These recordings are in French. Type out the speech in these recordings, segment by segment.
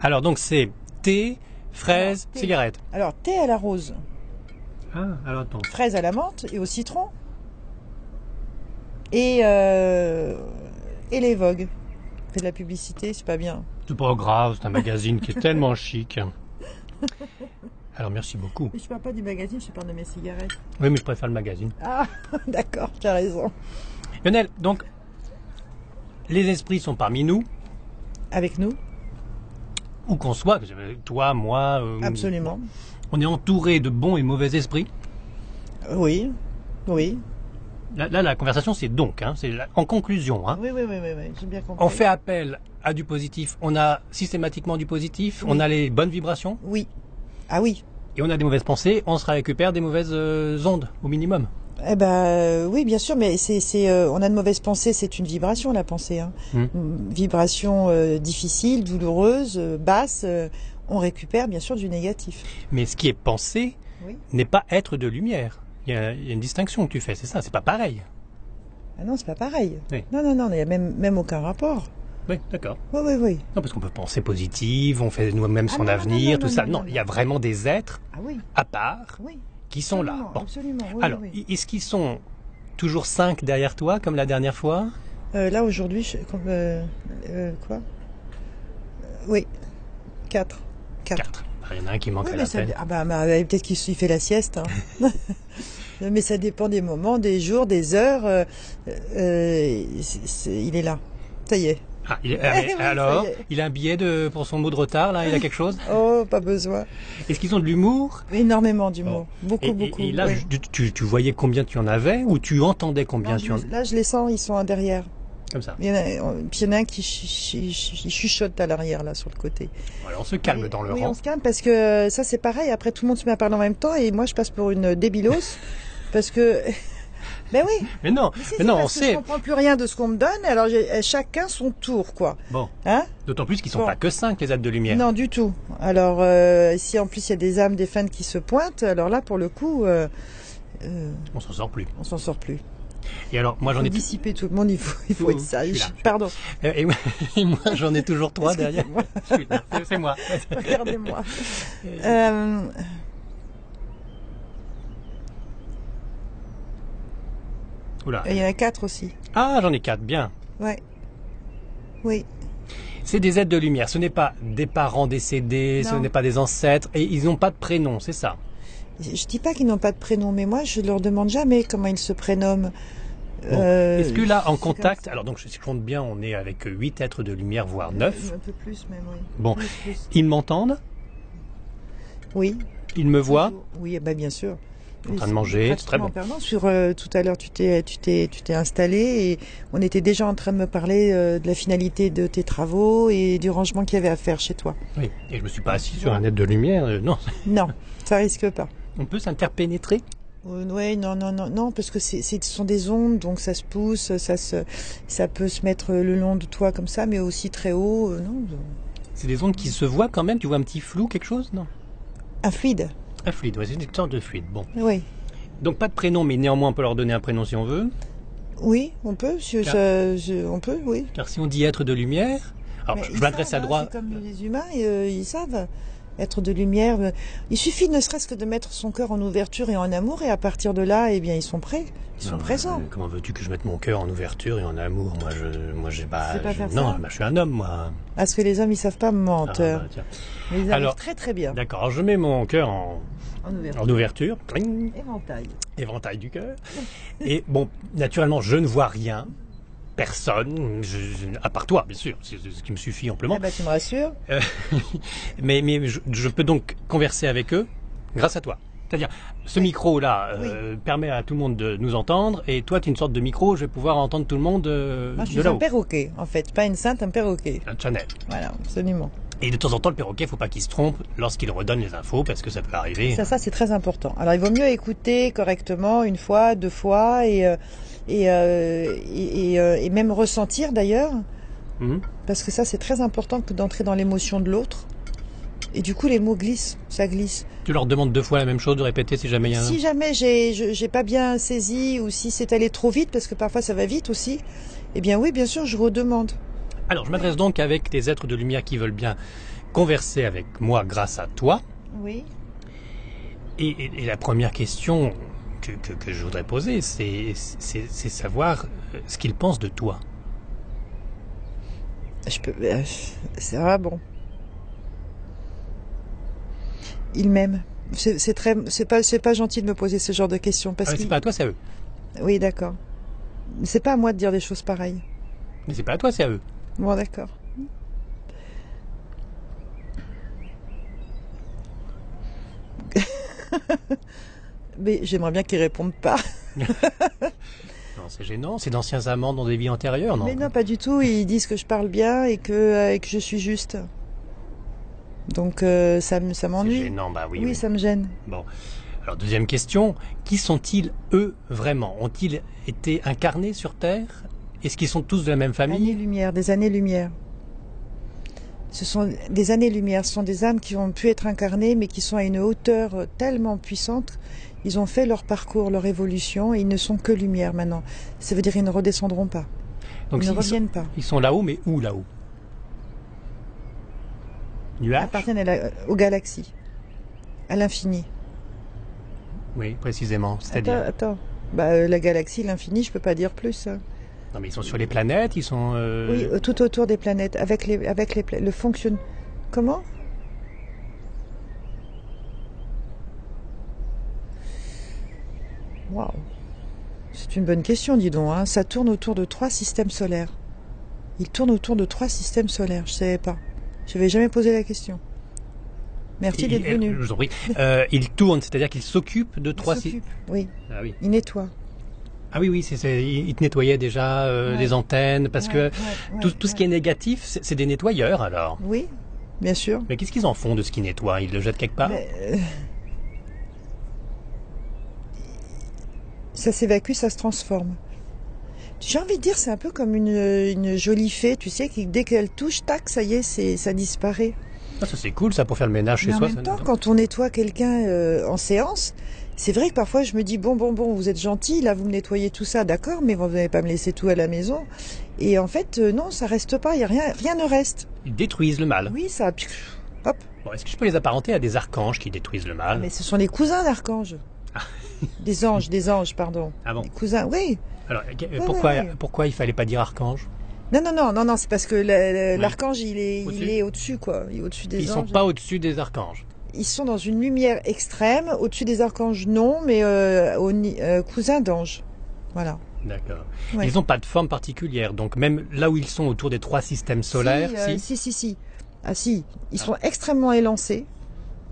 Alors donc c'est thé, fraise, Ah, thé. cigarette. Alors, thé à la rose, Ah, alors attends. fraise à la menthe et au citron. Et, euh, et les Vogue. Fait de la publicité, c'est pas bien. C'est pas grave, c'est un magazine qui est tellement chic. Alors merci beaucoup. Mais je parle pas du magazine, je parle de mes cigarettes. Oui, mais je préfère le magazine. Ah, d'accord, tu as raison. Lionel, donc les esprits sont parmi nous, Avec nous, où qu'on soit, que ce soit toi, moi, euh, absolument. on est entouré de bons et mauvais esprits. Oui, oui. Là, là, la conversation c'est donc, hein, c'est la- en conclusion. hein. Oui, oui, oui, oui, oui, j'ai bien compris. On fait appel à du positif, on a systématiquement du positif, on a les bonnes vibrations Oui. Ah oui. et on a des mauvaises pensées, on se récupère des mauvaises euh, ondes au minimum. Eh ben euh, oui, bien sûr, mais c'est, c'est, euh, on a de mauvaises pensées, c'est une vibration la pensée. Hein. Mm. Une Vibration euh, difficile, douloureuse, euh, basse. euh, on récupère bien sûr du négatif. Mais ce qui est pensé Oui. n'est pas être de lumière. Il y, a, il y a une distinction que tu fais, c'est ça, c'est pas pareil. Ah non, c'est pas pareil. Oui. Non, non, non, il n'y a même, même aucun rapport. Oui, d'accord. Oui, oui, oui. Non, parce qu'on peut penser positive, on fait nous-mêmes Ah son non, non, avenir, non, tout non, ça. non, Non, non, il y a vraiment des êtres Ah oui, à part oui. qui sont là. Absolument, Bon. Absolument. oui, Alors, oui, oui. est-ce qu'ils sont toujours cinq derrière toi, comme la dernière fois Euh, là aujourd'hui, je- comme, euh, euh, quoi Euh, Oui, quatre. Quatre. Quatre. Ah, Il y en a un qui manque Oui, à mais la ça- peine. ah bah, bah, peut-être qu'il s- il fait la sieste. hein. mais ça dépend des moments, des jours, des heures. euh, euh, c'est- c'est- il est là. Ça y est. Ah, il- ça y est. alors, il a un billet de, pour son mot de retard, là, il a quelque chose Oh, pas besoin. Est-ce qu'ils ont de l'humour Énormément d'humour. Beaucoup, et, et- beaucoup. et là, oui. je- tu, tu voyais combien tu en avais ou tu entendais combien Non, tu en je- là, je les sens, ils sont un derrière. Comme ça. Il y en a, on- puis il y en a un qui chu- chu- chu- chuchote à l'arrière, là, sur le côté. Alors, on se calme Oui, dans le oui, rang. on se calme parce que euh, ça c'est pareil. Après tout le monde se met à parler en même temps et moi je passe pour une débilos parce que. Ben oui. Mais non, si, mais si, non, parce on que sait. Je comprends plus rien de ce qu'on me donne. Alors j'ai- euh, chacun son tour quoi. Bon, Hein d'autant plus qu'ils sont Bon. pas que cinq, les êtres de lumière. Non du tout. Alors euh, si en plus il y a des âmes, des fans qui se pointent, alors là pour le coup, euh, euh, On s'en sort plus. on s'en sort plus. Et alors, moi, j'en Faut ai dissiper tout le monde. Il faut, il faut Oui, être je suis sage. là, je suis- Pardon. Euh, Et, moi- et moi, j'en ai toujours trois derrière. Excusez-moi. Je suis là, c'est- C'est moi. Regardez-moi. Euh, Oula. il y en a quatre aussi. Ah, j'en ai quatre, bien. Ouais. Oui. C'est des aides de lumière. Ce n'est pas des parents décédés, ce Non. n'est pas des ancêtres, et ils n'ont pas de prénom, c'est ça. Je dis pas qu'ils n'ont pas de prénom, mais moi je leur demande jamais comment ils se prénomment. Bon. Euh, Est-ce que là, en c'est comme contact, ça. alors donc si je compte bien, on est avec euh, huit êtres de lumière, voire neuf. Un peu plus même, oui. Bon, Plus, plus. ils m'entendent, Oui. ils me voient. Oui, eh ben, bien sûr. En train de manger, Pratiquement c'est très bon. en permanence. Sur euh, tout à l'heure, tu t'es, tu t'es, tu t'es installé et on était déjà en train de me parler euh, de la finalité de tes travaux et du rangement qu'il y avait à faire chez toi. Oui. Et je me suis pas assis sur un aide de lumière. euh, non, Non, ça risque pas. on peut s'interpénétrer. Euh, Ouais, non, non, non, non, parce que c'est, c'est- ce sont des ondes, donc ça se pousse, ça se, ça peut se mettre le long de toi comme ça, mais aussi très haut. euh, non, C'est des ondes qui se voient quand même. Tu vois un petit flou, quelque chose, non un fluide. Un Ah, fluide. ouais, c'est une sorte de fluide. Bon. Oui. Donc pas de prénom, mais néanmoins on peut leur donner un prénom si on veut. Oui, on peut. je- Car- je- je- on peut, oui. Car si on dit être de lumière, alors Mais je- je ils m'adresse à savent, hein, droite. C'est comme les humains, et, euh, ils savent être de lumière. euh, Il suffit ne serait-ce que de mettre son cœur en ouverture et en amour, et à partir de là, eh bien, ils sont prêts. Ils sont Non, présents. euh, comment veux-tu que je mette mon cœur en ouverture et en amour Moi, je, moi, j'ai pas. Tu sais pas je- faire non, ça bah, je suis un homme, moi. Parce que les hommes, ils savent pas Ah, menteur. bah, tiens. Mais ils arrivent Alors- très très bien. D'accord. Alors, je mets mon cœur en, En ouverture. en ouverture, cling, Éventail. éventail du cœur. Et bon, naturellement, je ne vois rien, personne, je- je- à part toi, bien sûr, c'est c'est ce qui me suffit amplement. Ah bah, tu me rassures. Euh, mais mais je, je peux donc converser avec eux grâce à toi. C'est-à-dire, ce micro-là euh, permet à tout le monde de nous entendre, et toi, tu es une sorte de micro, je vais pouvoir entendre tout le monde euh, Moi, Ah, je de suis un là-haut. perroquet, en fait. Pas une sainte, un perroquet. Un channel. Voilà, absolument. Et de temps en temps, le perroquet, faut pas qu'il se trompe lorsqu'il redonne les infos, parce que ça peut arriver. Ça, ça c'est très important. Alors, il vaut mieux écouter correctement une fois, deux fois, et, euh, et, euh, et, et, euh, et même ressentir d'ailleurs, Mhm. parce que ça, c'est très important que d'entrer dans l'émotion de l'autre. Et du coup, les mots glissent, ça glisse. Tu leur demandes deux fois la même chose de répéter si jamais il y a un... Si jamais j'ai je- j'ai pas bien saisi ou si c'est allé trop vite, parce que parfois ça va vite aussi, eh bien oui, bien sûr, je redemande. Alors, je m'adresse donc avec des êtres de lumière qui veulent bien converser avec moi grâce à toi. Oui. Et, et- et la première question que, que- que je voudrais poser, c'est c'est- c'est savoir euh, ce qu'il pense de toi. Je peux. euh, C'est ah bon. Il m'aime. C'est c'est très. C'est pas. C'est pas gentil de me poser ce genre de questions parce Ah, que. c'est pas à toi, c'est à eux. Oui, d'accord. C'est pas à moi de dire des choses pareilles. Mais c'est pas à toi, c'est à eux. Bon, d'accord. Mais j'aimerais bien qu'ils répondent pas. Non, c'est gênant. C'est d'anciens amants dans des vies antérieures, non Mais non, pas du tout. Ils disent que je parle bien et que, euh, et que je suis juste. Donc euh, ça me- ça C'est m'ennuie. gênant, bah oui. oui, oui. ça me gêne. Bon. Alors, deuxième question. Qui sont-ils, eux, vraiment Ont-ils été incarnés sur Terre Est-ce qu'ils sont tous de la même famille Années-lumière, des années-lumière. Ce sont des années-lumière, ce sont des âmes qui ont pu être incarnées, mais qui sont à une hauteur euh, tellement puissante. Ils ont fait leur parcours, leur évolution, et ils ne sont que lumière maintenant. Ça veut dire qu'ils ne redescendront pas. Donc, ils ne ils sont, reviennent pas. ils sont là-haut, mais où là-haut Ils Nuage appartiennent à la- euh, aux galaxies, à l'infini. Oui, précisément. Attends, C'est-à-dire. attends. Bah, euh, la galaxie, l'infini, je peux pas dire plus. hein. Non, mais ils sont sur les planètes, ils sont. euh, Oui, euh, tout autour des planètes, avec les, avec les, pla- le fonctionnement. Comment Waouh. C'est une bonne question, dis donc. hein. Ça tourne autour de trois systèmes solaires. Il tourne autour de trois systèmes solaires. Je savais pas. Je n'avais jamais posé la question. Merci ils- d'être ils- venu. Je vous en prie. Euh, ils tournent, c'est-à-dire qu'ils s'occupent de trois. Il si- s'occupe. Oui, Ah oui. il nettoie. Ah oui, oui, c'est- c'est- ils ils te nettoyaient déjà euh, Ouais. les antennes, parce que tout, tout ce qui est est négatif, c'est c'est des nettoyeurs alors. Oui, bien sûr. Mais qu'est-ce qu'ils en font de ce qu'ils nettoient Ils le jettent quelque part Mais, euh, Ça s'évacue, ça se transforme. J'ai envie de dire, c'est un peu comme une, une jolie fée, tu sais, qui dès qu'elle touche, tac, ça y est, c'est, ça disparaît. Ah, Ça c'est cool, ça pour faire le ménage chez Mais en soi. même ça- temps, quand on nettoie quelqu'un euh, en séance, c'est vrai que parfois je me dis, bon, bon, bon, vous êtes gentil, là, vous me nettoyez tout ça, d'accord, mais vous n'allez pas me laisser tout à la maison. Et en fait, euh, non, ça reste pas, y a rien, rien ne reste. Ils détruisent le mal. Oui, ça, hop. Bon, Est-ce que je peux les apparenter à des archanges qui détruisent le mal Ah, Mais ce sont les cousins d'archanges. des anges, des anges, pardon. Ah bon Les cousins, oui. Alors euh, ouais, pourquoi ouais. pourquoi il fallait pas dire archange Non, non, non, non, non, c'est parce que la- la- Oui. l'archange, il est, Au-dessus. il est au-dessus, quoi. Il est au-dessus des Ils anges. sont pas au-dessus des archanges. Ils sont dans une lumière extrême, au-dessus des archanges, non, mais euh, au ni- euh, cousins d'anges. Voilà. D'accord. Ouais. Ils n'ont pas de forme particulière, donc même là où ils sont autour des trois systèmes solaires, si, euh, si. si, si, si. Ah, si. Ils sont extrêmement élancés.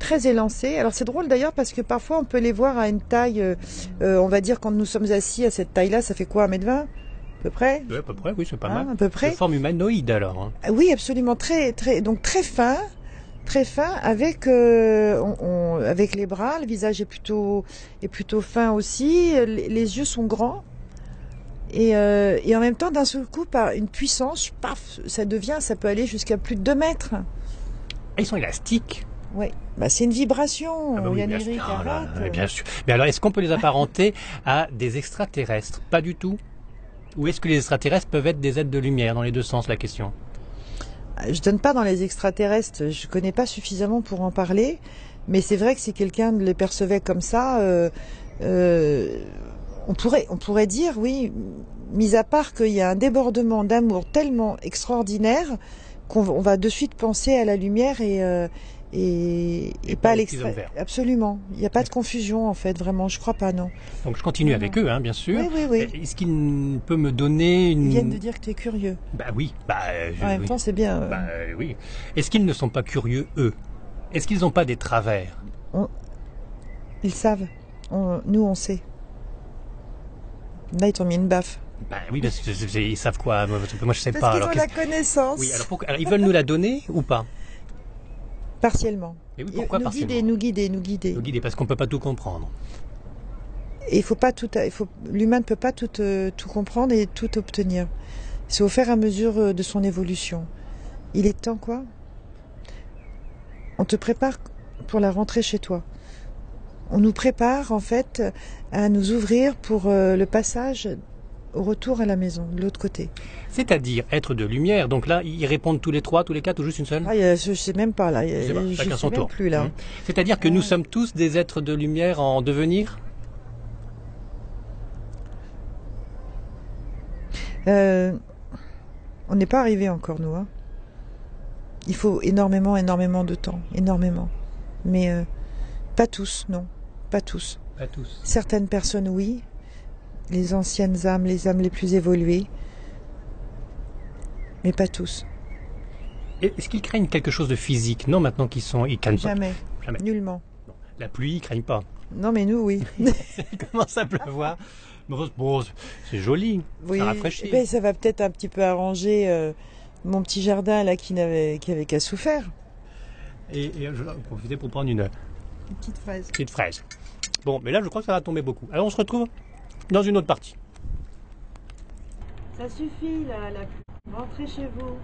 Très élancés. Alors c'est drôle d'ailleurs parce que parfois on peut les voir à une taille, euh, euh, on va dire quand nous sommes assis à cette taille-là, ça fait quoi, 1m20 à peu près Ouais, à peu près, oui, c'est pas Hein, mal. à peu près. De forme humanoïde alors. hein. Ah Oui, absolument, très, très, donc très fin, très fin, avec, euh, on- on- avec les bras, le visage est plutôt, est plutôt fin aussi, euh, les, les yeux sont grands, et, euh, et en même temps, d'un seul coup, par une puissance, paf, ça devient, ça peut aller jusqu'à plus de 2 mètres. Ah, Ils sont élastiques. Oui, bah, c'est une vibration, Ah bah oui, bien Yann-Éric, sûr. Ah là là, arrête. bien sûr. Mais alors, est-ce qu'on peut les apparenter à des extraterrestres Pas du tout. Ou est-ce que les extraterrestres peuvent être des êtres de lumière dans les deux sens, la question Je donne pas dans les extraterrestres, je connais pas suffisamment pour en parler, mais c'est vrai que si quelqu'un les percevait comme ça, euh, euh, on pourrait, on pourrait dire oui, mis à part qu'il y a un débordement d'amour tellement extraordinaire qu'on va- on va de suite penser à la lumière et euh, et, et pas pas à aux petits hommes l'extra. verts. Absolument, il n'y a pas de confusion en fait, vraiment, je crois pas non. Donc, je continue avec eux, hein, bien sûr. Oui oui oui. Est-ce qu'il n- peut me donner Ils une... viennent de dire que tu es curieux. Bah oui. Bah, euh, je- En même oui. temps, c'est bien. euh, Bah, euh, oui. Est-ce qu'ils ne sont pas curieux, eux Est-ce qu'ils n'ont pas des travers Ils savent. On- nous, on sait. Là, ils t'ont mis une baffe. Bah oui, parce que c'est- c'est- ils savent quoi Moi, je- moi, je sais pas. Parce qu'ils ont alors, la qu'est-ce- connaissance. Oui, alors, pourquoi- alors, ils veulent nous la donner ou pas Partiellement. Et oui, Ils- pourquoi nous partiellement guider, nous guider, nous guider. Nous guider, parce qu'on peut pas tout comprendre. Et il faut pas tout, il faut, l'humain ne peut pas tout, euh, tout comprendre et tout obtenir. C'est au fur et à mesure euh, de son évolution. Il est temps, quoi. On te prépare pour la rentrée chez toi. On nous prépare, en fait, à nous ouvrir pour euh, le passage au retour à la maison, de l'autre côté. C'est-à-dire être de lumière. Donc là, ils répondent tous les trois, tous les quatre ou juste une seule Ah, il y a- je sais même pas là. il y a- Je sais pas, je chacun sais son même tour. plus là. Mmh. C'est-à-dire que nous sommes tous des êtres de lumière en devenir Euh, on n'est pas arrivé encore, nous. hein. Il faut énormément, énormément de temps, énormément. Mais euh, pas tous, non, pas tous. Pas tous. Certaines personnes, oui. Les anciennes âmes, les âmes les plus évoluées. Mais pas tous. Est-ce qu'ils craignent quelque chose de physique Non, maintenant qu'ils sont. Ils craignent pas. Jamais. Jamais. Nullement. La pluie, ils craignent pas. Non, mais nous, oui. Il commence à pleuvoir. Bon, c'est- bon, c'est joli. oui. Ça rafraîchit. Ben, ça va peut-être un petit peu arranger euh, mon petit jardin là qui n'avait qui avait qu'à souffrir. Et, et je vais en profiter pour prendre une Une petite phrase. petite fraise. Bon, mais là, je crois que ça va tomber beaucoup. Alors, on se retrouve dans une autre partie. Ça suffit, là, la... Rentrez chez vous.